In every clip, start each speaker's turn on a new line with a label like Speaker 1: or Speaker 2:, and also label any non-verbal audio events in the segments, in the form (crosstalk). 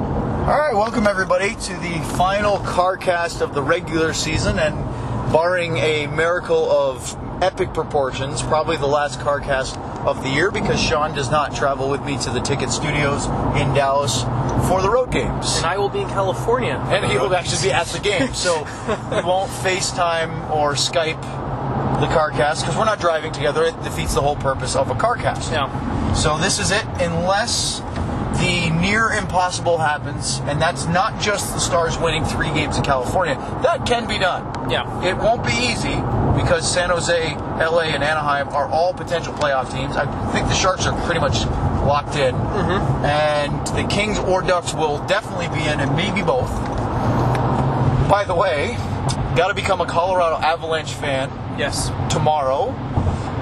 Speaker 1: All right, welcome everybody to the final car cast of the regular season, and barring a miracle of epic proportions, probably the last car cast of the year because Sean does not travel with me to the ticket studios in Dallas for the road games.
Speaker 2: And I will be in California.
Speaker 1: And he will actually be at the game, so we won't FaceTime or Skype the car cast because we're not driving together. It defeats the whole purpose of a car cast.
Speaker 2: Yeah.
Speaker 1: So this is it, unless the near impossible happens, and that's not just the Stars winning three games in California. That can be done.
Speaker 2: Yeah.
Speaker 1: It won't be easy because San Jose, LA, and Anaheim are all potential playoff teams. I think the Sharks are pretty much locked in, mm-hmm. and the Kings or Ducks will definitely be in, and maybe both. By the way, got to become a Colorado Avalanche fan
Speaker 2: Yes.
Speaker 1: tomorrow,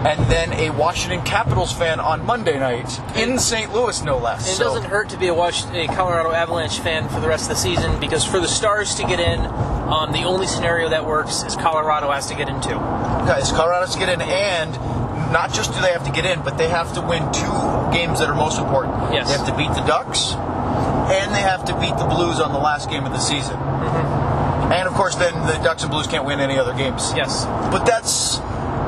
Speaker 1: and then a Washington Capitals fan on Monday night in St. Louis, no less.
Speaker 2: It
Speaker 1: So,
Speaker 2: doesn't hurt to be a, Wash- a Colorado Avalanche fan for the rest of the season because for the Stars to get in, um, the only scenario that works is Colorado has to get in too.
Speaker 1: guys, Colorado has to get in, and not just do they have to get in, but they have to win two games that are most important.
Speaker 2: Yes.
Speaker 1: They have to beat the Ducks, and they have to beat the Blues on the last game of the season. And of course, then the Ducks and Blues can't win any other games.
Speaker 2: Mm-hmm. Yes.
Speaker 1: But that's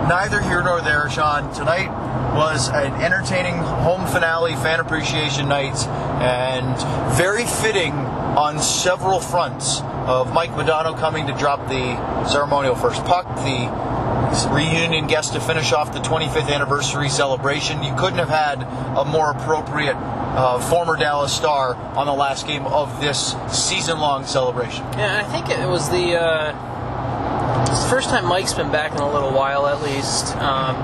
Speaker 1: neither here nor there, Sean. Tonight was an entertaining home finale, fan appreciation night, and very fitting on several fronts of Mike Madonna coming to drop the ceremonial first puck, the reunion guest to finish off the 25th anniversary celebration. You couldn't have had a more appropriate uh, former Dallas star on the last game of this season-long celebration.
Speaker 2: Yeah, and I think it was the, uh, it's the first time Mike's been back in a little while, at least. Um,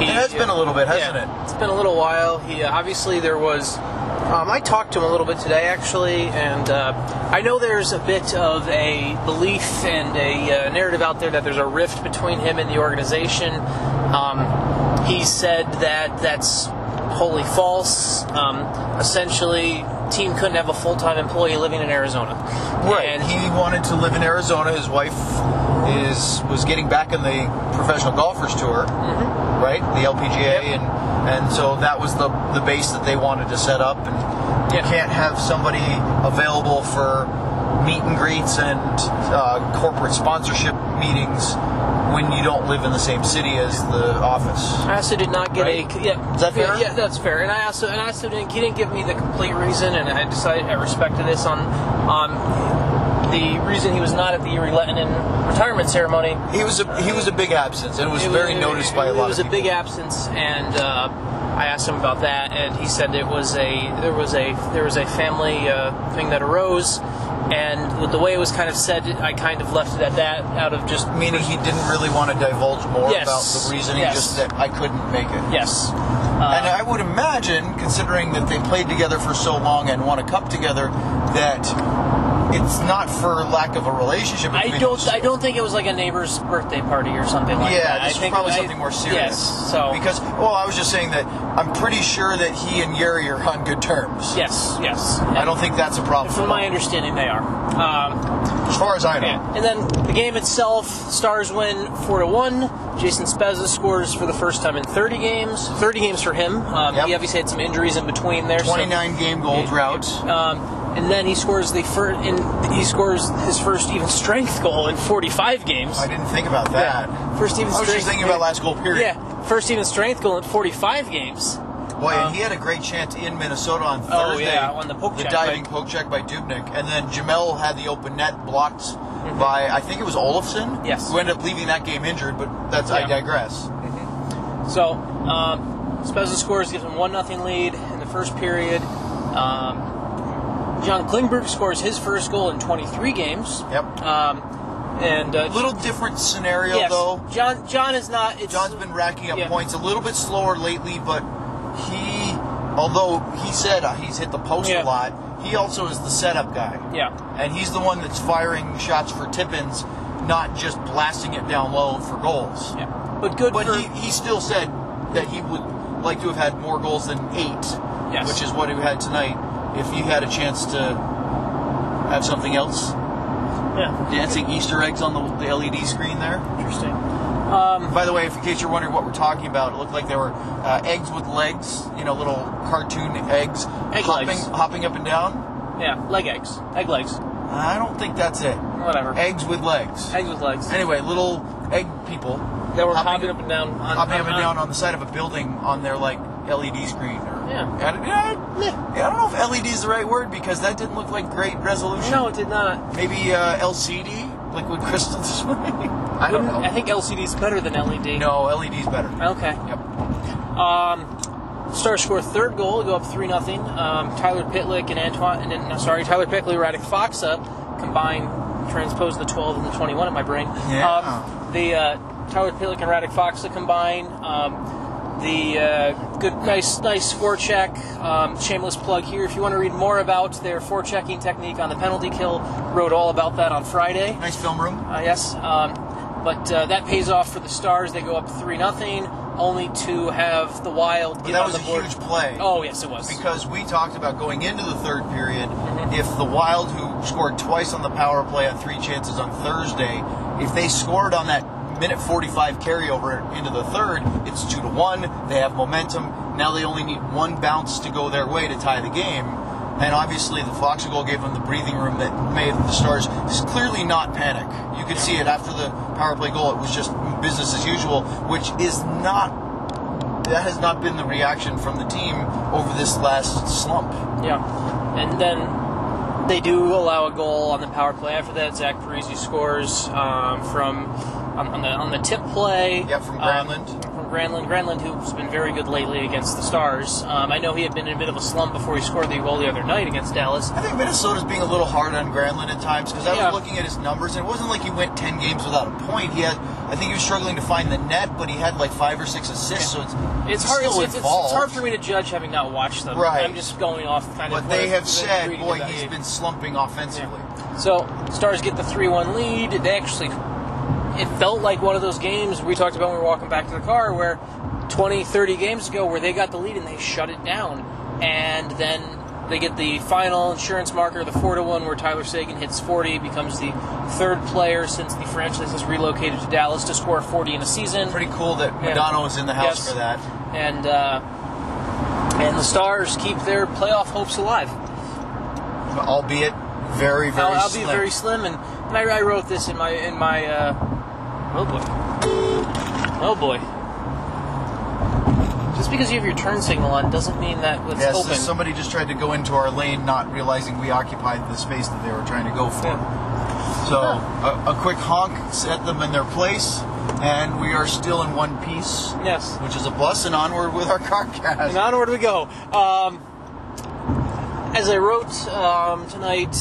Speaker 2: he,
Speaker 1: It has been a little bit, hasn't
Speaker 2: yeah,
Speaker 1: it?
Speaker 2: It's been a little while. He uh, obviously there was. Um, I talked to him a little bit today, actually, and uh, I know there's a bit of a belief and a uh, narrative out there that there's a rift between him and the organization. Um, he said that that's wholly false. Um, essentially, team couldn't have a full time employee living in Arizona.
Speaker 1: Right.
Speaker 2: And
Speaker 1: he wanted to live in Arizona. His wife is was getting back in the professional golfers tour,
Speaker 2: Mm-hmm.
Speaker 1: right? The LPGA, and and so that was the the base that they wanted to set up. And
Speaker 2: Yeah.
Speaker 1: you can't have somebody available for meet and greets and uh, corporate sponsorship meetings when you don't live in the same city as the office.
Speaker 2: I also did not get a
Speaker 1: Right?
Speaker 2: yeah.
Speaker 1: Is that fair?
Speaker 2: Yeah, yeah, that's fair. And I also and I also didn't. He didn't give me the complete reason, and I decided I respected this on um, the reason he was not at the Uri Lettinen retirement ceremony.
Speaker 1: He was a he was a big absence, and it was
Speaker 2: It
Speaker 1: very
Speaker 2: was-
Speaker 1: noticed by a lot
Speaker 2: It was
Speaker 1: of
Speaker 2: a
Speaker 1: people.
Speaker 2: big absence, and uh, I asked him about that, and he said it was a there was a there was a family uh, thing that arose, and with the way it was kind of said, I kind of left it at that, out of just
Speaker 1: Meaning he didn't really want to divulge more
Speaker 2: Yes.
Speaker 1: about the reasoning,
Speaker 2: Yes.
Speaker 1: just that I couldn't make it.
Speaker 2: yes.
Speaker 1: And I would imagine, considering that they played together for so long and won a cup together, that it's not for lack of a relationship.
Speaker 2: I
Speaker 1: between
Speaker 2: don't.
Speaker 1: the two.
Speaker 2: I don't think it was like a neighbor's birthday party or something like
Speaker 1: yeah,
Speaker 2: that.
Speaker 1: this
Speaker 2: I
Speaker 1: is
Speaker 2: think
Speaker 1: probably
Speaker 2: I-
Speaker 1: something more serious.
Speaker 2: Yes. So
Speaker 1: because well, I was just saying that I'm pretty sure that he and Yeri are on good terms.
Speaker 2: yes, yes.
Speaker 1: I don't think that's a problem.
Speaker 2: From my understanding, they are. Um,
Speaker 1: as far as I know.
Speaker 2: And then the game itself, Stars win four to one. Jason Spezza scores for the first time in 30 games. 30 games for him. Um,
Speaker 1: Yep.
Speaker 2: He obviously had some injuries in between there. so-
Speaker 1: 29 game goal drought.
Speaker 2: Um, and then he scores the first. And he scores his first even strength goal in 45 games.
Speaker 1: I didn't think about that.
Speaker 2: First even
Speaker 1: I was
Speaker 2: strength.
Speaker 1: just thinking about last goal period.
Speaker 2: Yeah, first even strength goal in 45 games.
Speaker 1: Boy, and he had a great chance in Minnesota on Thursday.
Speaker 2: Uh, Oh, yeah, on the poke check
Speaker 1: diving poke check by Dubnik, and then Jamel had the open net blocked by I think it was Olafson.
Speaker 2: Mm-hmm. Yes.
Speaker 1: who ended up leaving that game injured. But that's I
Speaker 2: Yeah.
Speaker 1: digress.
Speaker 2: So, um, Spezza scores, gives him 1 nothing lead in the first period. Um, John Klingberg scores his first goal in 23 games.
Speaker 1: Yep.
Speaker 2: Um, and uh,
Speaker 1: A little different scenario
Speaker 2: yes,
Speaker 1: though.
Speaker 2: John John is not. It's,
Speaker 1: John's been racking up
Speaker 2: Yeah.
Speaker 1: points a little bit slower lately, but he, although he said uh, he's hit the post
Speaker 2: Yeah.
Speaker 1: a lot, he also is the setup guy.
Speaker 2: Yeah.
Speaker 1: and he's the one that's firing shots for Tippins, not just blasting it down low for goals.
Speaker 2: Yeah. But good
Speaker 1: But
Speaker 2: for.
Speaker 1: he, he still said that he would like to have had more goals than eight,
Speaker 2: Yes.
Speaker 1: which is what he had tonight. If he had a chance to have something else,
Speaker 2: yeah.
Speaker 1: dancing Easter eggs on the, the LED screen there.
Speaker 2: Interesting.
Speaker 1: By the way, if in case you're wondering what we're talking about, it looked like they were uh, eggs with legs, you know, little cartoon eggs
Speaker 2: Egg
Speaker 1: hopping,
Speaker 2: legs.
Speaker 1: hopping up and down.
Speaker 2: Yeah, leg eggs, egg legs,
Speaker 1: I don't think that's it.
Speaker 2: whatever.
Speaker 1: Eggs with legs.
Speaker 2: Eggs with legs.
Speaker 1: Anyway, little egg people
Speaker 2: They were
Speaker 1: hopping-
Speaker 2: hopping up and down. On,
Speaker 1: hopping up and down on the side of a building on their like LED screen. Or,
Speaker 2: Yeah.
Speaker 1: I don't, yeah, I don't know if LED is the right word because that didn't look like great resolution.
Speaker 2: No, it did not.
Speaker 1: Maybe uh, LCD, liquid crystal (laughs) display. I don't
Speaker 2: Wouldn't-
Speaker 1: know.
Speaker 2: (laughs) I think LCD is better than LED.
Speaker 1: no, LED's better.
Speaker 2: Okay.
Speaker 1: Yep.
Speaker 2: Star score third goal to go up three 0 um, Tyler Pitlick and Antoine, and then, no, sorry, Tyler Pitlick, Radic Foxa combined, transpose the twelve and the twenty one in my brain.
Speaker 1: Yeah.
Speaker 2: Um, the uh, Tyler Pitlick and Radic Foxa combine. Um, the uh, good, nice, nice forecheck. Um, shameless plug here. If you want to read more about their forechecking technique on the penalty kill, wrote all about that on Friday.
Speaker 1: Nice film room.
Speaker 2: Uh, yes, um, but uh, that pays off for the Stars. They go up three nothing, only to have the Wild get
Speaker 1: that
Speaker 2: on
Speaker 1: was
Speaker 2: the
Speaker 1: a
Speaker 2: board.
Speaker 1: huge play.
Speaker 2: Oh yes, it was.
Speaker 1: Because we talked about going into the third period, if the Wild, who scored twice on the power play at three chances on Thursday, if they scored on that minute 45 carryover into the third, it's two to one. They have momentum. Now they only need one bounce to go their way to tie the game. And obviously, the Fox goal gave them the breathing room that made the Stars clearly not panic. You could see it after the power play goal. It was just business as usual, which is not that has not been the reaction from the team over this last slump.
Speaker 2: yeah, and then they do allow a goal on the power play. After that, Zach Parise scores um, from on, on the on the tip play.
Speaker 1: Yeah, from
Speaker 2: um,
Speaker 1: Granlund.
Speaker 2: from Granlund. Granlund, who's been very good lately against the Stars. Um, I know he had been in a bit of a slump before he scored the goal the other night against Dallas.
Speaker 1: I think Minnesota's being a little hard on Granlund at times because I was
Speaker 2: Yeah.
Speaker 1: looking at his numbers and it wasn't like he went 10 games without a point. He had, I think he was struggling to find the net, but he had like five or six assists, so it's,
Speaker 2: It's hard. It's,
Speaker 1: still
Speaker 2: it's, it's
Speaker 1: involved.
Speaker 2: hard for me to judge having not watched them.
Speaker 1: Right.
Speaker 2: I'm just going off kind of.
Speaker 1: But
Speaker 2: what
Speaker 1: they
Speaker 2: I've
Speaker 1: have
Speaker 2: been
Speaker 1: said,
Speaker 2: reading
Speaker 1: boy,
Speaker 2: about
Speaker 1: he's
Speaker 2: you."
Speaker 1: been slumping offensively.
Speaker 2: So Stars get the three-one lead. They actually, it felt like one of those games we talked about when we were walking back to the car, where 20, 30 games ago, where they got the lead and they shut it down, and then they get the final insurance marker, the four to one, where Tyler Sagan hits forty, becomes the third player since the franchise has relocated to Dallas to score forty in a season.
Speaker 1: Pretty cool that
Speaker 2: Yeah.
Speaker 1: Madonna was in the house
Speaker 2: Yes.
Speaker 1: for that.
Speaker 2: and uh, and the Stars keep their playoff hopes alive.
Speaker 1: albeit very, very
Speaker 2: I'll, I'll be
Speaker 1: slim.
Speaker 2: very slim, and, and I, I wrote this in my in my uh, oh boy, oh boy. Just because you have your turn signal on doesn't mean that it's
Speaker 1: Yes,
Speaker 2: open.
Speaker 1: somebody just tried to go into our lane, not realizing we occupied the space that they were trying to go for. So a, a quick honk set them in their place, and we are still in one piece,
Speaker 2: yes.
Speaker 1: which is a plus. And onward with our car cast.
Speaker 2: And onward we go. Um, as I wrote um, tonight,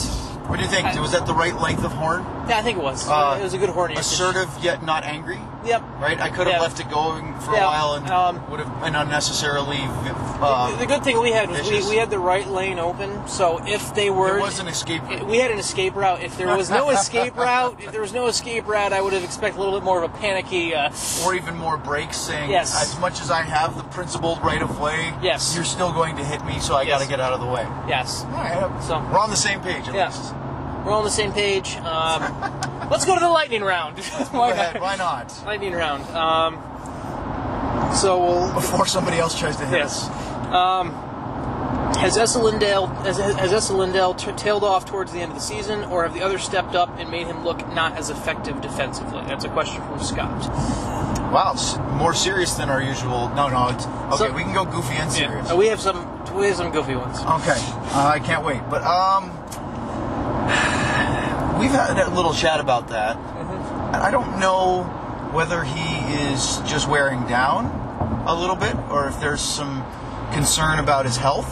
Speaker 1: What do you think? was that the right length of horn?
Speaker 2: yeah, I think it was.
Speaker 1: Uh,
Speaker 2: it was a good horn. usage.
Speaker 1: Assertive yet not angry.
Speaker 2: Yep.
Speaker 1: Right, I could have
Speaker 2: Yeah.
Speaker 1: left it going for
Speaker 2: Yeah,
Speaker 1: a while and
Speaker 2: um,
Speaker 1: would have been unnecessarily. Uh,
Speaker 2: the good thing we had was we,
Speaker 1: vicious.
Speaker 2: we had the right lane open, so if they were
Speaker 1: there was an escape route.
Speaker 2: It- we had an escape route. If there was
Speaker 1: (laughs)
Speaker 2: no escape route, if there was no escape route, I would have expected a little bit more of a panicky. Uh,
Speaker 1: or even more breaks saying
Speaker 2: Yes.
Speaker 1: as much as I have the principled right of way,
Speaker 2: Yes.
Speaker 1: you're still going to hit me, so I
Speaker 2: Yes.
Speaker 1: gotta get out of the way.
Speaker 2: yes,
Speaker 1: Alright,
Speaker 2: So-
Speaker 1: we're on the same page at
Speaker 2: yes,
Speaker 1: least.
Speaker 2: we're on the same page. Um, let's go to the lightning round. (laughs)
Speaker 1: Go
Speaker 2: Why
Speaker 1: ahead,
Speaker 2: not?
Speaker 1: why not?
Speaker 2: Lightning round. Um, so we'll.
Speaker 1: Before somebody else tries to hit
Speaker 2: Yes.
Speaker 1: us.
Speaker 2: Um, has Essa Lindell has, has Essa Lindell t- tailed off towards the end of the season, or have the others stepped up and made him look not as effective defensively? That's a question from Scott.
Speaker 1: Wow, s- more serious than our usual. No, no, it's okay.
Speaker 2: So-
Speaker 1: we can go goofy and serious.
Speaker 2: Uh, we have some we have some goofy ones.
Speaker 1: Okay, uh, I can't wait. But um, (sighs) we've had a little chat about that. And
Speaker 2: Mm-hmm.
Speaker 1: I don't know whether he is just wearing down a little bit, or if there's some concern about his health.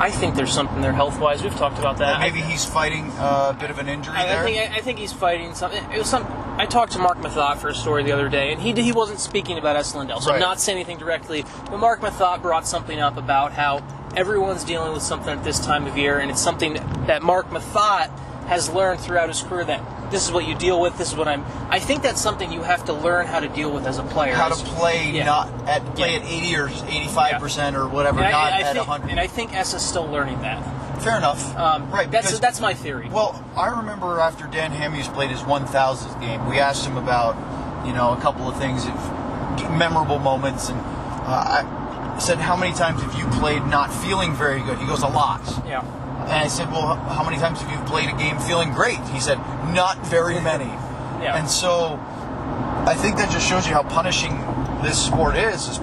Speaker 2: I think there's something there health wise. We've talked about that.
Speaker 1: Maybe he's fighting uh, a bit of an injury
Speaker 2: I,
Speaker 1: there.
Speaker 2: I think I, I think he's fighting something. It was some. I talked to Mark Mathot for a story the other day, and he he wasn't speaking about S. Lindell, so
Speaker 1: Right.
Speaker 2: I'm not saying anything directly. But Mark Mathot brought something up about how everyone's dealing with something at this time of year, and it's something that Mark Mathot has learned throughout his career that this is what you deal with. This is what I'm. I think that's something you have to learn how to deal with as a player.
Speaker 1: How to
Speaker 2: It's-
Speaker 1: play
Speaker 2: Yeah.
Speaker 1: not at play
Speaker 2: Yeah.
Speaker 1: at eighty or eighty five percent or whatever,
Speaker 2: And I,
Speaker 1: not
Speaker 2: I
Speaker 1: at
Speaker 2: think,
Speaker 1: hundred.
Speaker 2: and I think S is still learning that.
Speaker 1: Fair enough.
Speaker 2: Um,
Speaker 1: right.
Speaker 2: That's
Speaker 1: because-
Speaker 2: that's my theory.
Speaker 1: Well, I remember after Dan Hamhuis played his 1,000th game, we asked him about, you know, a couple of things, if, memorable moments, and uh, I said, "How many times have you played not feeling very good?" He goes, "A lot."
Speaker 2: yeah.
Speaker 1: And I said, Well, h- how many times have you played a game feeling great? He said, Not very many.
Speaker 2: Yeah.
Speaker 1: And so I think that just shows you how punishing this sport is. is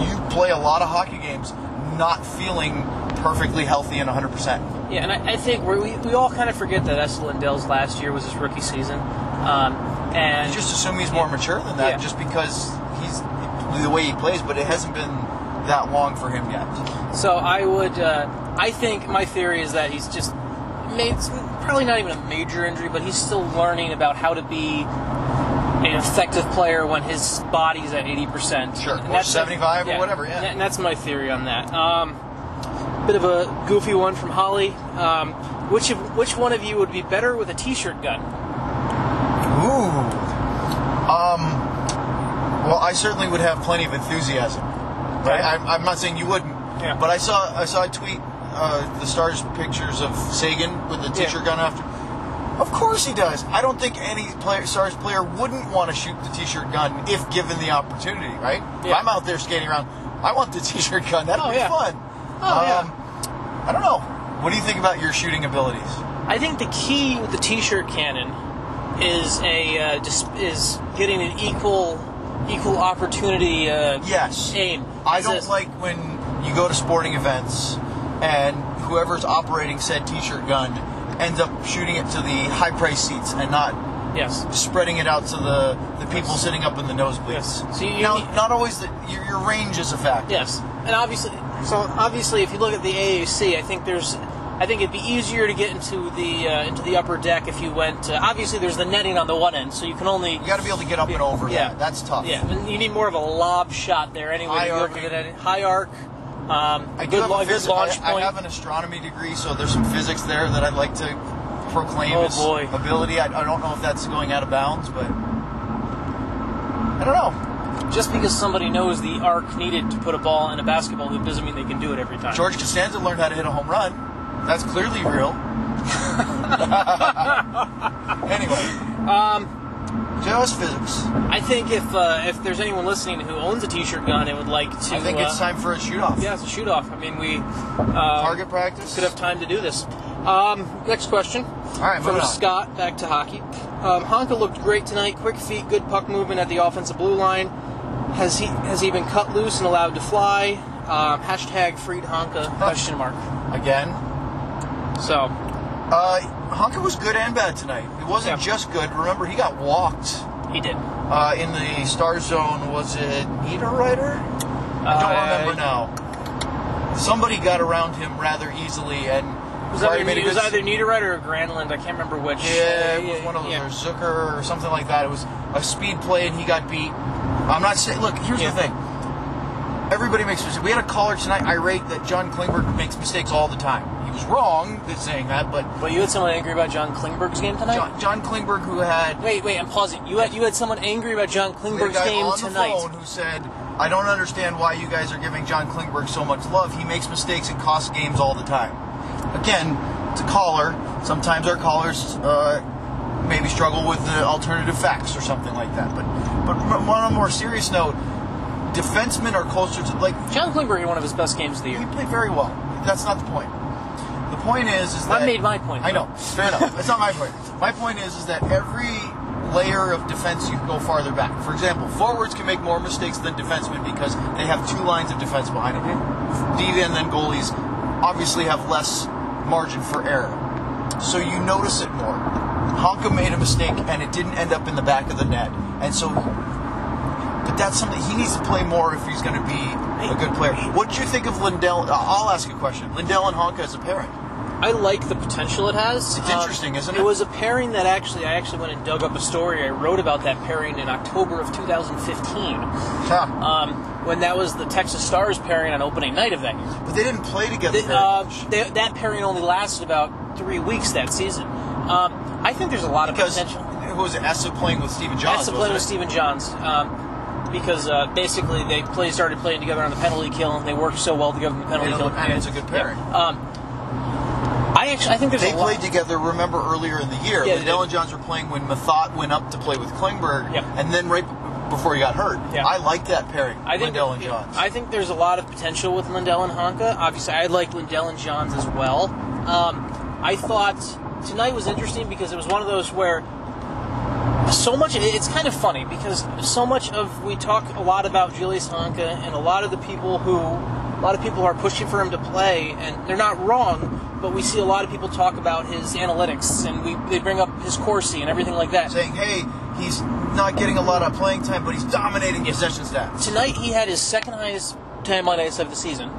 Speaker 1: you play a lot of hockey games not feeling perfectly healthy and 100%.
Speaker 2: Yeah, and I, I think we we we all kind of forget that Essel Lindell's last year was his rookie season, um, and
Speaker 1: You just assume he's more mature than that
Speaker 2: Yeah.
Speaker 1: just because he's the way he plays, but it hasn't been that long for him yet.
Speaker 2: so I would. Uh, I think my theory is that he's just made it's probably not even a major injury, but he's still learning about how to be an effective player when his body's at eighty percent,
Speaker 1: Sure, or 75 or whatever, yeah.
Speaker 2: and that's my theory on that. Um, bit of a goofy one from Holly. Um, which of, which one of you would be better with a t-shirt gun?
Speaker 1: Ooh. Um. Well, I certainly would have plenty of enthusiasm. Right? I'm, I'm not saying you wouldn't.
Speaker 2: Yeah.
Speaker 1: But I saw I saw a tweet uh, the stars pictures of Sagan with the
Speaker 2: Yeah.
Speaker 1: t-shirt gun after. Of course he does. I don't think any player, stars player wouldn't want to shoot the t-shirt gun if given the opportunity. Right?
Speaker 2: Yeah.
Speaker 1: I'm out there skating around. I want the (laughs) t-shirt gun. That'll
Speaker 2: Oh,
Speaker 1: be
Speaker 2: yeah.
Speaker 1: fun. Um,
Speaker 2: Oh, yeah.
Speaker 1: I don't know. What do you think about your shooting abilities?
Speaker 2: I think the key with the T-shirt cannon is a uh, dis- is getting an equal equal opportunity. Uh,
Speaker 1: Yes.
Speaker 2: Aim.
Speaker 1: I
Speaker 2: Is
Speaker 1: don't
Speaker 2: this-
Speaker 1: like when you go to sporting events and whoever's operating said t-shirt gun ends up shooting it to the high price seats and not
Speaker 2: Yes.
Speaker 1: spreading it out to the, the people sitting up in the nosebleeds.
Speaker 2: Yes. So you-
Speaker 1: now,
Speaker 2: you-
Speaker 1: not always the, your, your range is a factor.
Speaker 2: Yes. And obviously, so obviously, if you look at the AAC, I think there's. I think it'd be easier to get into the uh, into the upper deck if you went. Uh, obviously, there's the netting on the one end, so you can only.
Speaker 1: You got to be able to get up and over
Speaker 2: Yeah.
Speaker 1: that. That's tough.
Speaker 2: Yeah, and you need more of a lob shot there anyway.
Speaker 1: High
Speaker 2: to go
Speaker 1: arc.
Speaker 2: over the net. High arc. Um,
Speaker 1: I do
Speaker 2: good,
Speaker 1: have
Speaker 2: lo-
Speaker 1: a
Speaker 2: good
Speaker 1: phys-
Speaker 2: launch
Speaker 1: I,
Speaker 2: point.
Speaker 1: I have an astronomy degree, so there's some physics there that I'd like to proclaim
Speaker 2: Oh,
Speaker 1: as
Speaker 2: boy.
Speaker 1: ability. I, I don't know if that's going out of bounds, but I don't know.
Speaker 2: Just because somebody knows the arc needed to put a ball in a basketball hoop doesn't mean they can do it every time.
Speaker 1: George Costanza learned how to hit a home run. That's clearly real. (laughs) anyway, um, just physics.
Speaker 2: I think if uh, if there's anyone listening who owns a t-shirt gun and would like to,
Speaker 1: I think
Speaker 2: uh,
Speaker 1: it's time for a shoot off.
Speaker 2: Yeah, it's a shoot off. I mean, we uh,
Speaker 1: Target practice.
Speaker 2: could have time to do this. Um, next question. All
Speaker 1: right,
Speaker 2: from
Speaker 1: moving on.
Speaker 2: Scott. Back to hockey. Um, Honka looked great tonight. Quick feet, good puck movement at the offensive blue line. Has he has he been cut loose and allowed to fly? Um, hashtag freed Honka question mark.
Speaker 1: Again.
Speaker 2: So
Speaker 1: Uh, Honka was good and bad tonight. It wasn't
Speaker 2: Yeah.
Speaker 1: just good. Remember, he got walked
Speaker 2: he did.
Speaker 1: uh, in the star zone. Was it Niederreiter? I don't
Speaker 2: Uh,
Speaker 1: remember now. Somebody got around him rather easily and
Speaker 2: It was,
Speaker 1: Flyer
Speaker 2: either,
Speaker 1: made a
Speaker 2: it was
Speaker 1: good-
Speaker 2: either Niederreiter or Granlund. I can't remember which.
Speaker 1: Yeah, it was one of those,
Speaker 2: Yeah.
Speaker 1: or Zucker or something like that. It was a speed play, and he got beat. I'm not saying. Look, here's
Speaker 2: Yeah.
Speaker 1: the thing. Everybody makes mistakes. We had a caller tonight irate that John Klingberg makes mistakes all the time. He was wrong in saying that, but
Speaker 2: But you had someone angry about John Klingberg's game tonight.
Speaker 1: John, John Klingberg, who had
Speaker 2: Wait, wait, I'm pausing. You had you had someone angry about John
Speaker 1: we had a
Speaker 2: Klingberg's
Speaker 1: guy
Speaker 2: game
Speaker 1: on
Speaker 2: tonight.
Speaker 1: the phone who said, "I don't understand why you guys are giving John Klingberg so much love. He makes mistakes and costs games all the time." Again, it's a caller. Sometimes our callers uh, maybe struggle with the alternative facts or something like that. But but m- on a more serious note, defensemen are closer to like
Speaker 2: John Klingberg had one of his best games of the
Speaker 1: he
Speaker 2: year.
Speaker 1: played very well. That's not the point. The point is, is
Speaker 2: I
Speaker 1: that
Speaker 2: made my point,
Speaker 1: I
Speaker 2: though.
Speaker 1: know, fair enough. That's not my point. My point is, is that every layer of defense you can go farther back. For example, forwards can make more mistakes than defensemen because they have two lines of defense behind them.
Speaker 2: Mm-hmm.
Speaker 1: D and then goalies obviously have less margin for error, so you notice it more. Honka made a mistake and it didn't end up in the back of the net, and so. But that's something he needs to play more if he's going to be a good player. What do you think of Lindell? uh, I'll ask a question. Lindell and Honka as a pairing.
Speaker 2: I like the potential it has. Um,
Speaker 1: It's interesting, isn't it?
Speaker 2: It was a pairing that actually I actually went and dug up a story. I wrote about that pairing in October of 2015,
Speaker 1: Huh.
Speaker 2: um, when that was the Texas Stars pairing on opening night of that year.
Speaker 1: But they didn't play together.
Speaker 2: Th-
Speaker 1: very
Speaker 2: uh,
Speaker 1: much.
Speaker 2: th- that pairing only lasted about three weeks that season. Um, I think there's a lot of
Speaker 1: because
Speaker 2: potential.
Speaker 1: who was it? Essa playing with Steven Johns.
Speaker 2: That's the play
Speaker 1: wasn't
Speaker 2: with
Speaker 1: it?
Speaker 2: Stephen Johns. Um, because uh, basically they play started playing together on the penalty kill and they worked so well together on the penalty
Speaker 1: Yeah,
Speaker 2: kill.
Speaker 1: and it's a good pairing.
Speaker 2: Um, I actually I think there's
Speaker 1: They
Speaker 2: a lot-
Speaker 1: played together. Remember earlier in the year,
Speaker 2: Yeah, they
Speaker 1: Liddell
Speaker 2: did.
Speaker 1: and Johns were playing when Mathot went up to play with Klingberg,
Speaker 2: Yep.
Speaker 1: and then right b- before he got hurt.
Speaker 2: Yeah.
Speaker 1: I like that pairing.
Speaker 2: I think
Speaker 1: Liddell and Johns.
Speaker 2: I think there's a lot of potential with Lindell and Honka. Obviously, I like Lindell and Johns as well. Um, I thought tonight was interesting because it was one of those where so much it- it's kind of funny because so much of we talk a lot about Julius Honka and a lot of the people who a lot of people are pushing for him to play and they're not wrong but we see a lot of people talk about his analytics and we they bring up his Corsi and everything like that
Speaker 1: saying, hey, he's not getting a lot of playing time, but he's dominating possession stats.
Speaker 2: tonight he had his second highest time on ice of the season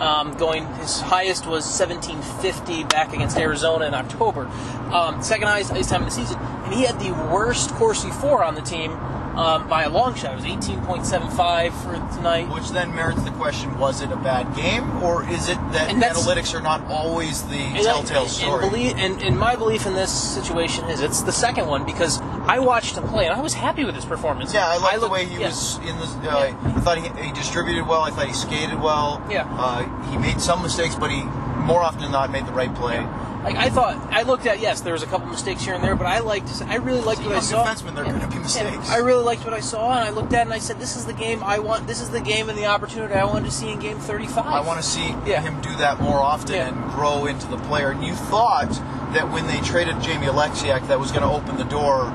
Speaker 2: um, going his highest was 1750 back against Arizona in October um, second highest ice time of the season and he had the worst Corsi 4 on the team um, by a long shot it was 18.75 for tonight
Speaker 1: Which then merits the question: Was it a bad game, or is it that
Speaker 2: And that's-
Speaker 1: analytics are not always the
Speaker 2: And I-
Speaker 1: telltale
Speaker 2: and
Speaker 1: story?
Speaker 2: belie- and, and my belief in this situation is it's the second one because I watched him play and I was happy with his performance.
Speaker 1: yeah, I like the
Speaker 2: looked-
Speaker 1: way he
Speaker 2: yeah.
Speaker 1: was in the. Uh, I thought he, he distributed well. I thought he skated well.
Speaker 2: Yeah.
Speaker 1: Uh, he made some mistakes, but he more often than not made the right play.
Speaker 2: Like I thought, I looked at yes, there was a couple mistakes here and there, but I liked, I really liked
Speaker 1: As a
Speaker 2: what I
Speaker 1: young
Speaker 2: saw.
Speaker 1: defenseman, there are
Speaker 2: Yeah.
Speaker 1: gonna be mistakes.
Speaker 2: I really liked what I saw, and I looked at it and I said, "This is the game I want. This is the game and the opportunity I wanted to see in Game 35."
Speaker 1: I want to see
Speaker 2: Yeah.
Speaker 1: him do that more often
Speaker 2: Yeah.
Speaker 1: and grow into the player. And you thought that when they traded Jamie Alexiak, that was going to open the door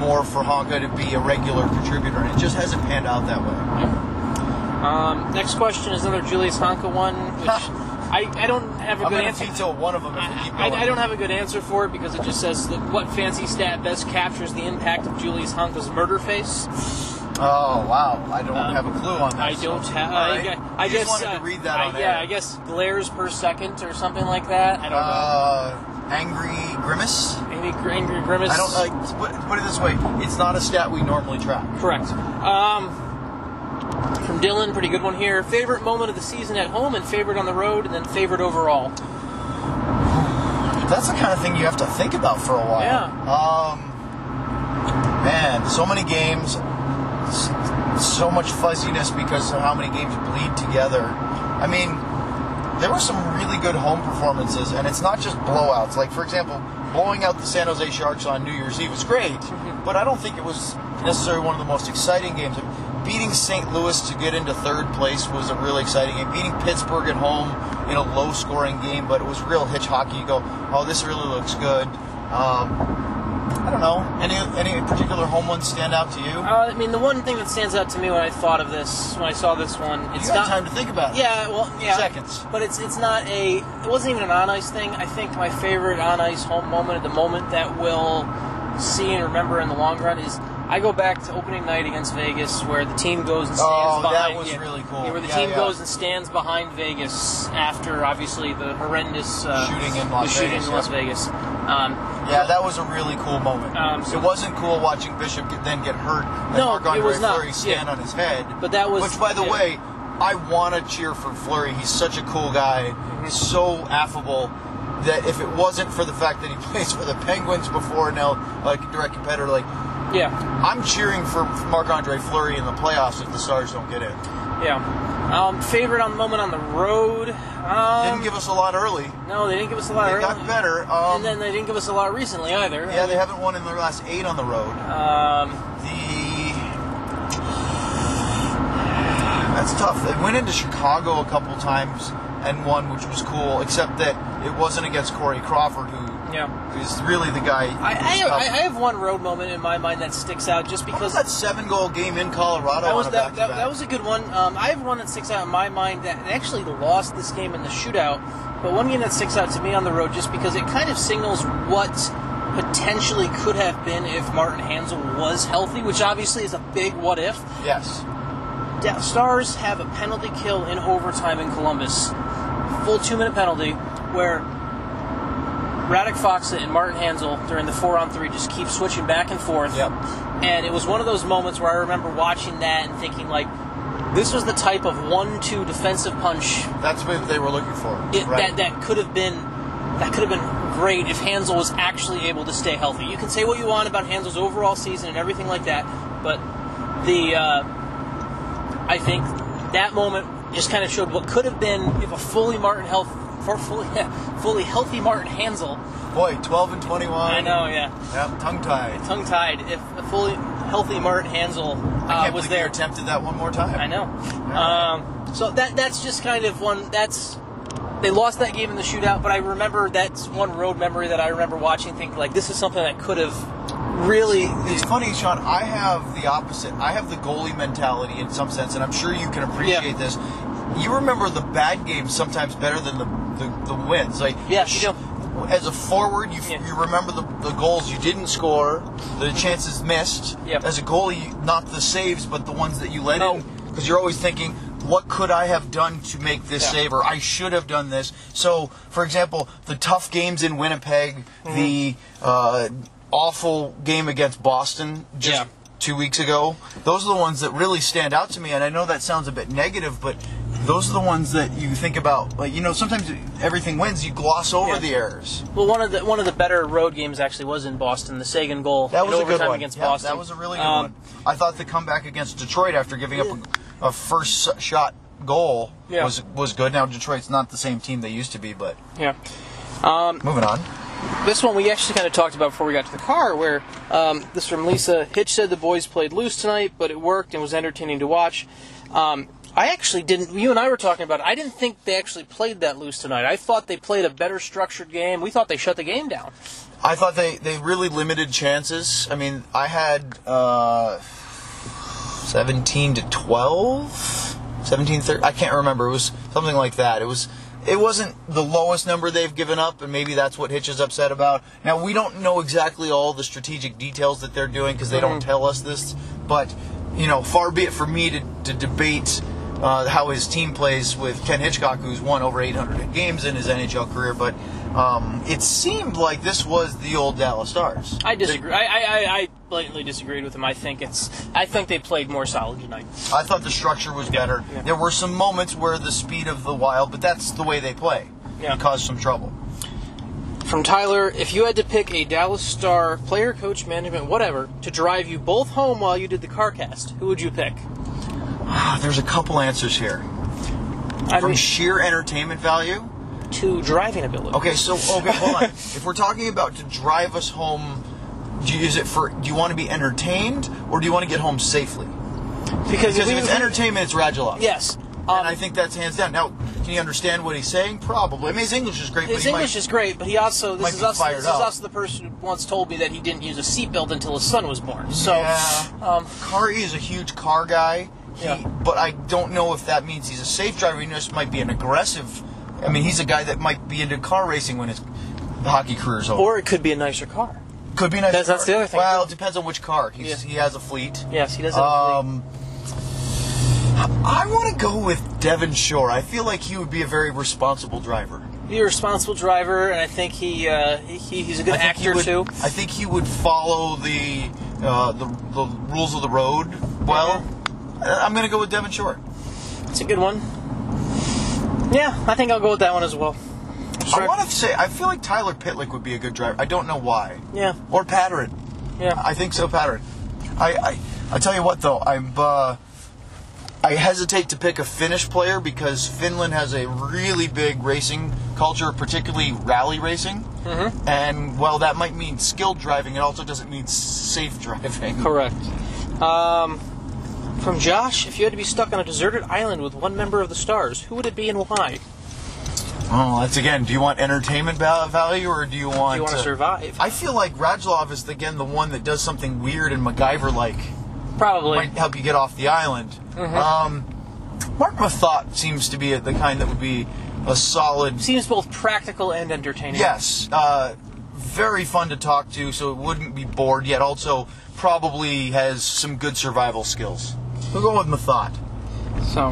Speaker 1: more for Honka to be a regular contributor, and it just hasn't panned out that way.
Speaker 2: Um, next question is another Julius Honka one,
Speaker 1: (laughs)
Speaker 2: which I, I don't have a
Speaker 1: I'm
Speaker 2: good
Speaker 1: going to
Speaker 2: answer.
Speaker 1: veto one of them if we keep
Speaker 2: I,
Speaker 1: going.
Speaker 2: I- I don't have a good answer for it because it just says that what fancy stat best captures the impact of Julius Honka's murder face.
Speaker 1: Oh wow, I don't have a clue on that.
Speaker 2: Uh, I
Speaker 1: so-
Speaker 2: don't have.
Speaker 1: All
Speaker 2: I,
Speaker 1: right.
Speaker 2: gue- I
Speaker 1: You
Speaker 2: guess.
Speaker 1: just wanted
Speaker 2: uh,
Speaker 1: to read that
Speaker 2: I-
Speaker 1: on
Speaker 2: Yeah,
Speaker 1: air.
Speaker 2: I guess glares per second or something like that. I don't
Speaker 1: Uh, angry grimace.
Speaker 2: know. Any gr- angry grimace.
Speaker 1: I don't like. Put, put it this way: it's not a stat we normally track.
Speaker 2: Correct. Um, from Dylan, pretty good one here. Favorite moment of the season at home and favorite on the road, and then favorite overall.
Speaker 1: That's the kind of thing you have to think about for a while.
Speaker 2: Yeah.
Speaker 1: Um, man, so many games, s- so much fuzziness because of how many games bleed together. I mean, there were some really good home performances, and it's not just blowouts. Like, for example, blowing out the San Jose Sharks on New Year's Eve was great, but I don't think it was necessarily one of the most exciting games. Beating St. Louis to get into third place was a really exciting game. Beating Pittsburgh at home in a low scoring game, but it was real hitch hockey. You go, oh, this really looks good. Um, I don't know. Any any particular home ones stand out to you?
Speaker 2: Uh, I mean, the one thing that stands out to me when I thought of this, when I saw this one, it's
Speaker 1: you got
Speaker 2: not.
Speaker 1: time to think about it.
Speaker 2: Yeah, well, yeah.
Speaker 1: Seconds.
Speaker 2: But it's it's not a. It wasn't even an on ice thing. I think my favorite on ice home moment at the moment that we'll see and remember in the long run is I go back to opening night against Vegas where the team goes and stands
Speaker 1: Oh, that
Speaker 2: behind.
Speaker 1: was
Speaker 2: yeah,
Speaker 1: really cool.
Speaker 2: yeah, where the
Speaker 1: Yeah,
Speaker 2: team
Speaker 1: yeah.
Speaker 2: goes and stands behind Vegas after obviously the horrendous uh,
Speaker 1: Shooting in
Speaker 2: the
Speaker 1: Las
Speaker 2: shooting
Speaker 1: Vegas,
Speaker 2: in
Speaker 1: yeah.
Speaker 2: Las Vegas. Um,
Speaker 1: Yeah, that was a really cool moment.
Speaker 2: Um, so-
Speaker 1: it wasn't cool watching Bishop get, then get hurt. and
Speaker 2: No,
Speaker 1: Marc-Andre
Speaker 2: it was not,
Speaker 1: Fleury stand
Speaker 2: yeah.
Speaker 1: on his head.
Speaker 2: But that was-
Speaker 1: which, by the
Speaker 2: yeah.
Speaker 1: way, I want to cheer for Fleury. He's such a cool guy, so affable. That if it wasn't for the fact that he (laughs) plays for the Penguins before now, like a direct competitor, like
Speaker 2: yeah.
Speaker 1: I'm cheering for Marc-Andre Fleury in the playoffs if the Stars don't get in.
Speaker 2: Yeah. Um, favorite on moment on the road. Um,
Speaker 1: Didn't give us a lot early.
Speaker 2: no, they didn't give us a lot.
Speaker 1: They
Speaker 2: early.
Speaker 1: got better. Um,
Speaker 2: and then they didn't give us a lot recently either.
Speaker 1: yeah, they haven't won in their last eight on the road.
Speaker 2: Um,
Speaker 1: The (sighs) that's tough. They went into Chicago a couple times and won, which was cool. Except that it wasn't against Corey Crawford, who is
Speaker 2: yeah.
Speaker 1: really the guy.
Speaker 2: I,
Speaker 1: who's
Speaker 2: I, I
Speaker 1: tough.
Speaker 2: have one road moment in my mind that sticks out just
Speaker 1: What was
Speaker 2: because
Speaker 1: that seven-goal game in Colorado
Speaker 2: that was
Speaker 1: on a
Speaker 2: that, that,
Speaker 1: back-to-back?
Speaker 2: that was a good one. Um, I have one that sticks out in my mind that actually lost this game in the shootout, but one game that sticks out to me on the road just because it kind of signals what potentially could have been if Martin Hansel was healthy, which obviously is a big what if.
Speaker 1: yes.
Speaker 2: Da- Stars have a penalty kill in overtime in Columbus, full two minute penalty, where Radek Foxa and Martin Hansel during the four on three just keep switching back and forth.
Speaker 1: Yep.
Speaker 2: And it was one of those moments where I remember watching that and thinking, like, this was the type of one two defensive punch
Speaker 1: That's what they were looking for.
Speaker 2: it,
Speaker 1: right.
Speaker 2: that that could have been that could have been great if Hansel was actually able to stay healthy. You can say what you want about Hansel's overall season and everything like that, but the uh, I think that moment just kind of showed what could have been if a fully Martin health for fully (laughs) fully healthy Martin Hansel.
Speaker 1: Boy, 12 and 21.
Speaker 2: I know, Uh, yeah,
Speaker 1: Yep, tongue-tied.
Speaker 2: tongue tied. If a fully healthy Martin Hansel
Speaker 1: I
Speaker 2: uh,
Speaker 1: can't believe
Speaker 2: was
Speaker 1: you
Speaker 2: there,
Speaker 1: attempted that one more time.
Speaker 2: I know. Um, so that that's just kind of one. That's they lost that game in the shootout, but I remember that's one road memory that I remember watching, thinking like this is something that could have really.
Speaker 1: It's funny, Sean. I have the opposite. I have the goalie mentality in some sense, and I'm sure you can appreciate
Speaker 2: Yeah.
Speaker 1: this. You remember the bad games sometimes better than the the, the wins. Like
Speaker 2: Yeah,
Speaker 1: sh-
Speaker 2: you do.
Speaker 1: As a forward, you,
Speaker 2: Yeah. Mm-hmm.
Speaker 1: you remember the, the goals you didn't score, the chances missed.
Speaker 2: Yep.
Speaker 1: As a goalie, not the saves, but the ones that you let
Speaker 2: No.
Speaker 1: in, because you're always thinking, what could I have done to make this
Speaker 2: Yeah.
Speaker 1: save? or I should have done this. So, for example, the tough games in Winnipeg,
Speaker 2: Mm-hmm.
Speaker 1: the uh, awful game against Boston just
Speaker 2: Yeah.
Speaker 1: two weeks ago, those are the ones that really stand out to me. And I know that sounds a bit negative, but those are the ones that you think about. Like, you know, sometimes everything wins, you gloss over
Speaker 2: Yeah.
Speaker 1: the errors.
Speaker 2: Well, one of the one of the better road games actually was in Boston. The Sagan goal
Speaker 1: That was
Speaker 2: in
Speaker 1: a
Speaker 2: overtime
Speaker 1: good one.
Speaker 2: against
Speaker 1: Yeah,
Speaker 2: Boston.
Speaker 1: That was a really good
Speaker 2: Um,
Speaker 1: one. I thought the comeback against Detroit after giving up a, a first shot goal
Speaker 2: Yeah.
Speaker 1: was was good. Now Detroit's not the same team they used to be, but
Speaker 2: Yeah.
Speaker 1: moving on.
Speaker 2: This one we actually kind of talked about before we got to the car, where um, this from Lisa Hitch said the boys played loose tonight, but it worked and was entertaining to watch. Um, I actually didn't. You and I were talking about. It. I didn't think they actually played that loose tonight. I thought they played a better structured game. We thought they shut the game down.
Speaker 1: I thought they, they really limited chances. I mean, I had uh, 17 to 12, 17 30, I can't remember. It was something like that. It was it wasn't the lowest number they've given up and maybe that's what Hitch is upset about. Now, we don't know exactly all the strategic details that they're doing because they don't tell us this, but you know, far be it for me to, to debate uh, how his team plays with Ken Hitchcock, who's won over 800 games in his NHL career, but um, it seemed like this was the old Dallas Stars.
Speaker 2: I disagree. I, I, I, I blatantly disagreed with them. I think it's. I think they played more solid tonight.
Speaker 1: I thought the structure was better.
Speaker 2: Yeah.
Speaker 1: There were some moments where the speed of the Wild, but that's the way they play.
Speaker 2: Yeah.
Speaker 1: It caused some trouble.
Speaker 2: From Tyler, if you had to pick a Dallas Star player, coach, management, whatever, to drive you both home while you did the car cast, who would you pick?
Speaker 1: Ah, there's a couple answers here.
Speaker 2: I
Speaker 1: From
Speaker 2: mean,
Speaker 1: sheer entertainment value.
Speaker 2: to driving ability.
Speaker 1: Okay, so okay, hold
Speaker 2: (laughs)
Speaker 1: on. If we're talking about to drive us home, do you use it for? Do you want to be entertained or do you want to get home safely?
Speaker 2: Because
Speaker 1: Because
Speaker 2: we,
Speaker 1: if it's entertainment, it's Radulov.
Speaker 2: Yes. Um,
Speaker 1: and I think that's hands down. Now, can you understand what he's saying? Probably. I mean, his English is great, but
Speaker 2: His
Speaker 1: he might-
Speaker 2: English is great, but he also
Speaker 1: might
Speaker 2: this is
Speaker 1: be
Speaker 2: also
Speaker 1: fired
Speaker 2: this is
Speaker 1: up.
Speaker 2: also the person who once told me that he didn't use a seatbelt until his son was born. So,
Speaker 1: Yeah.
Speaker 2: um,
Speaker 1: Kari is a huge car guy. He,
Speaker 2: Yeah.
Speaker 1: But I don't know if that means he's a safe driver. He just might be an aggressive. I mean, he's a guy that might be into car racing when his hockey career's over.
Speaker 2: or it could be a nicer car.
Speaker 1: could be a nice.
Speaker 2: That's-
Speaker 1: car.
Speaker 2: that's the other thing.
Speaker 1: Well, it depends on which car. He's,
Speaker 2: Yeah.
Speaker 1: He has a fleet.
Speaker 2: Yes, he doesn't.
Speaker 1: Um, I want to go with Devon Shore. I feel like he would be a very responsible driver.
Speaker 2: be a responsible driver, and I think he, uh, he he's a good
Speaker 1: I think he
Speaker 2: actor
Speaker 1: would-
Speaker 2: too.
Speaker 1: I think he would follow the uh, the, the rules of the road well. I- I'm going to go with Devon Shore.
Speaker 2: It's a good one. Yeah, I think I'll go with that one as well.
Speaker 1: I want to say I feel like Tyler Pitlick would be a good driver. I don't know why.
Speaker 2: Yeah,
Speaker 1: Or Patterin.
Speaker 2: yeah.
Speaker 1: I think so, Patterin. I I, I tell you what though, I'm uh, I hesitate to pick a Finnish player because Finland has a really big racing culture, particularly rally racing. Mm-hmm. And while that might mean skilled driving, it also doesn't mean safe (laughs) driving.
Speaker 2: Correct. Um, from Josh, if you had to be stuck on a deserted island with one member of the stars, who would it be and why?
Speaker 1: Oh, that's again. Do you want entertainment val- value or do you want?
Speaker 2: Do you want to
Speaker 1: uh,
Speaker 2: survive?
Speaker 1: I feel like Radulov is again the one that does something weird and MacGyver-like.
Speaker 2: Probably.
Speaker 1: might help you get off the island. Um, Mark Mathot seems to be the kind that would be a solid.
Speaker 2: Seems both practical and entertaining.
Speaker 1: Yes, uh, very fun to talk to, so it wouldn't be bored. Yet also probably has some good survival skills. We'll go with Mathot,
Speaker 2: So,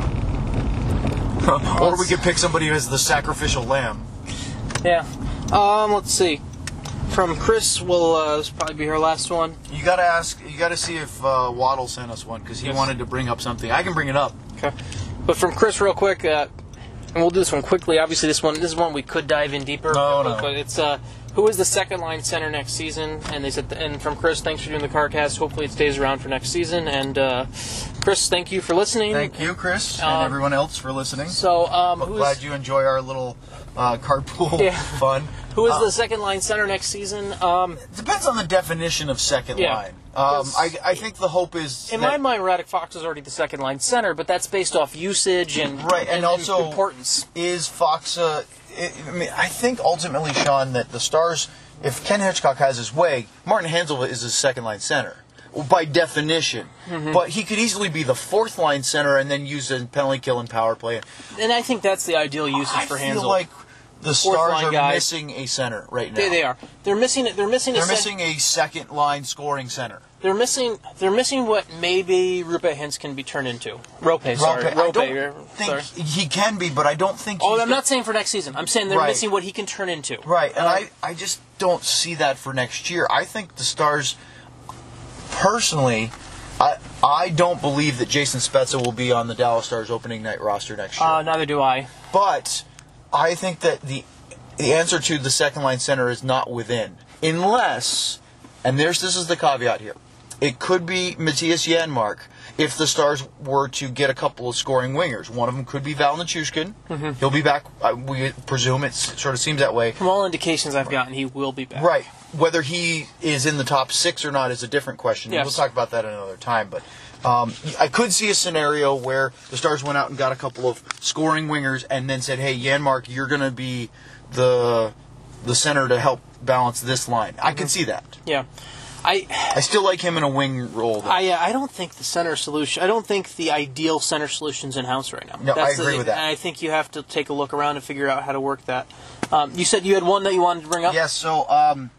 Speaker 1: or we could pick somebody who is the sacrificial lamb.
Speaker 2: yeah. Um, let's see. From Chris, will uh, this will probably be her last one.
Speaker 1: You gotta ask. You gotta see if uh, Waddle sent us one because he
Speaker 2: Yes.
Speaker 1: wanted to bring up something. I can bring it up.
Speaker 2: Okay. But from Chris, real quick, uh, and we'll do this one quickly. Obviously, this one, this is one we could dive in deeper.
Speaker 1: No, no.
Speaker 2: But it's uh, who is the second line center next season? And they said, and from Chris, thanks for doing the car cast. Hopefully, it stays around for next season. And uh, Chris, thank you for listening.
Speaker 1: Thank you, Chris,
Speaker 2: Um,
Speaker 1: and everyone else for listening.
Speaker 2: So, um, who
Speaker 1: Glad
Speaker 2: is,
Speaker 1: you enjoy our little uh, carpool
Speaker 2: Yeah.
Speaker 1: (laughs) fun.
Speaker 2: who is
Speaker 1: Uh,
Speaker 2: the second line center next season? Um,
Speaker 1: Depends on the definition of second
Speaker 2: Yeah.
Speaker 1: line. Um,
Speaker 2: Yes.
Speaker 1: I, I think the hope is
Speaker 2: in
Speaker 1: that-
Speaker 2: my mind, Radek Fox is already the second line center, but that's based off usage and
Speaker 1: Right, and also-
Speaker 2: importance.
Speaker 1: is Fox uh, it, I mean, I think ultimately, Sean, that the Stars, if Ken Hitchcock has his way, Martin Hanselva is his second line center by definition.
Speaker 2: Mm-hmm.
Speaker 1: But he could easily be the fourth line center and then use a penalty kill and power play.
Speaker 2: And I think that's the ideal usage
Speaker 1: I
Speaker 2: for
Speaker 1: feel
Speaker 2: Hansel.
Speaker 1: like the
Speaker 2: Fourth
Speaker 1: Stars
Speaker 2: line
Speaker 1: are
Speaker 2: guy.
Speaker 1: missing a center right now.
Speaker 2: they, they are. They're missing. They're missing.
Speaker 1: They're
Speaker 2: a sec-
Speaker 1: missing a second line scoring center.
Speaker 2: They're missing. They're missing what maybe Rupe Hintz can be turned into. Rope, sorry.
Speaker 1: Rope-
Speaker 2: Rope,
Speaker 1: I don't think
Speaker 2: sorry.
Speaker 1: he can be, but I don't think.
Speaker 2: Oh,
Speaker 1: he's
Speaker 2: I'm
Speaker 1: the-
Speaker 2: not saying for next season. I'm saying they're
Speaker 1: Right.
Speaker 2: missing what he can turn into.
Speaker 1: Right, and I, I just don't see that for next year. I think the Stars, personally, I I don't believe that Jason Spezza will be on the Dallas Stars opening night roster next year.
Speaker 2: Uh, neither do I.
Speaker 1: but I think that the the answer to the second line center is not within, unless, and there's this is the caveat here, it could be Matthias Janmark if the Stars were to get a couple of scoring wingers. One of them could be Val Nichushkin. He'll be back. I, we presume it sort of seems that way.
Speaker 2: From all indications I've gotten, he will be back.
Speaker 1: Right. Whether he is in the top six or not is a different question.
Speaker 2: Yes.
Speaker 1: We'll talk about that another time. But um, I could see a scenario where the Stars went out and got a couple of scoring wingers and then said, "Hey, Yanmark, you're going to be the the center to help balance this line." I could see that.
Speaker 2: Yeah. I
Speaker 1: I still like him in a wing role. Though.
Speaker 2: I uh, I don't think the center solution. I don't think the ideal center solution's in house right now.
Speaker 1: No, I agree
Speaker 2: the,
Speaker 1: with that.
Speaker 2: And I think you have to take a look around and figure out how to work that. Um, you said you had one that you wanted to bring up.
Speaker 1: Yes, so um,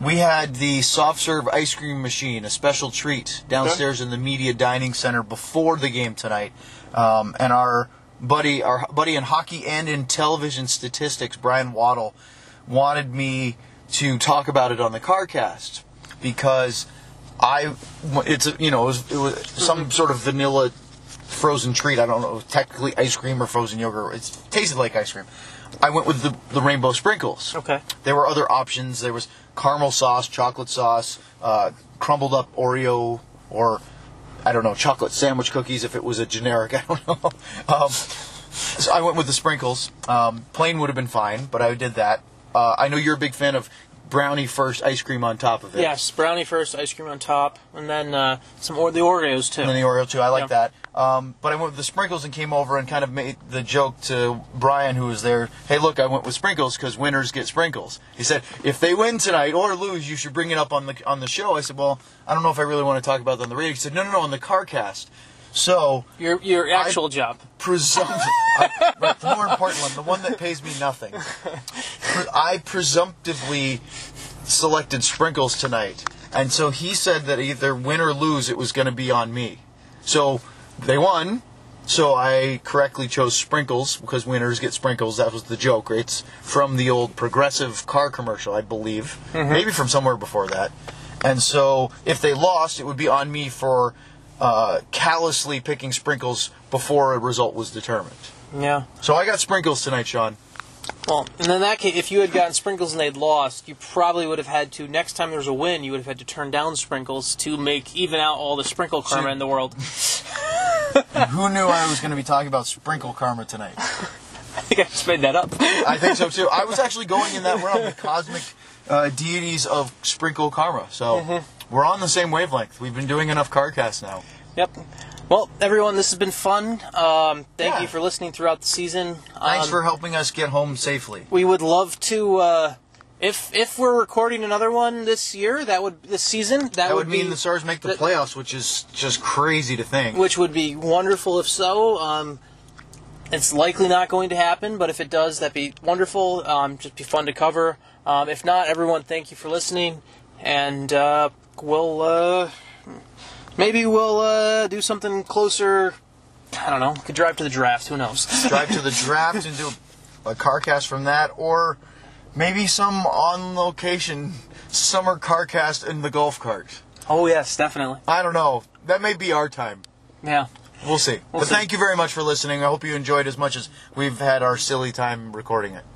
Speaker 1: we had the soft serve ice cream machine, a special treat downstairs in the media dining center before the game tonight, um, and our buddy, our buddy in hockey and in television statistics, Brian Waddle, wanted me to talk about it on the CarCast because I, it's a- you know, it was, it was some sort of vanilla frozen treat. I don't know, technically ice cream or frozen yogurt. It tasted like ice cream. I went with the, the rainbow sprinkles.
Speaker 2: Okay.
Speaker 1: There were other options. There was caramel sauce, chocolate sauce, uh, crumbled up Oreo, or I don't know, chocolate sandwich cookies if it was a generic. (laughs) I don't know. Um, so I went with the sprinkles. Um, plain would have been fine, but I did that. Uh, I know you're a big fan of brownie first, ice cream on top of it.
Speaker 2: Yes, brownie first, ice cream on top, and then uh, some or the Oreos too.
Speaker 1: and then the Oreo too. I like
Speaker 2: Yeah.
Speaker 1: that. Um, but I went with the sprinkles and came over and kind of made the joke to Brian, who was there. Hey, look, I went with sprinkles because winners get sprinkles. He said, if they win tonight or lose, you should bring it up on the on the show. I said, well, I don't know if I really want to talk about that on the radio. He said, no, no, no, on the CarCast. So
Speaker 2: your your actual job.
Speaker 1: presumptive. I, right, the more important one, the one that pays me nothing. Pre- I presumptively selected sprinkles tonight, and so he said that either win or lose, it was going to be on me. So they won. So I correctly chose sprinkles because winners get sprinkles. That was the joke. It's from the old progressive car commercial, I believe, maybe from somewhere before that. And so if they lost, it would be on me for uh, callously picking sprinkles before a result was determined.
Speaker 2: Yeah.
Speaker 1: So I got sprinkles tonight, Sean.
Speaker 2: Well, and in that case, if you had gotten sprinkles and they'd lost, you probably would have had to. Next time there was a win, you would have had to turn down sprinkles to make even out all the sprinkle karma in the world. (laughs)
Speaker 1: Who knew I was going to be talking about sprinkle karma tonight?
Speaker 2: I think I just made that up.
Speaker 1: (laughs) I think so too. I was actually going in that realm, the cosmic uh, deities of sprinkle karma. So we're on the same wavelength. We've been doing enough card casts now.
Speaker 2: yep. Well, everyone, this has been fun. Um, thank
Speaker 1: Yeah.
Speaker 2: you for listening throughout the season.
Speaker 1: Thanks
Speaker 2: Um,
Speaker 1: for helping us get home safely.
Speaker 2: We would love to. Uh, if if we're recording another one this year, that would this season, that,
Speaker 1: That would mean
Speaker 2: be
Speaker 1: the Stars make the
Speaker 2: that-
Speaker 1: playoffs, which is just crazy to think.
Speaker 2: which would be wonderful if so. Um, it's likely not going to happen, but if it does, that'd be wonderful. Um, just be fun to cover. Um, if not, everyone, thank you for listening, and uh, we'll uh, maybe we'll uh, do something closer. I don't know. Could drive to the draft. Who knows?
Speaker 1: Drive to the draft and do a car cast from that, or maybe some on location summer car cast in the golf cart.
Speaker 2: (laughs) Oh yes, definitely.
Speaker 1: I don't know. That may be our time.
Speaker 2: Yeah.
Speaker 1: We'll see. but
Speaker 2: see.
Speaker 1: thank you very much for listening. I hope you enjoyed as much as we've had our silly time recording it.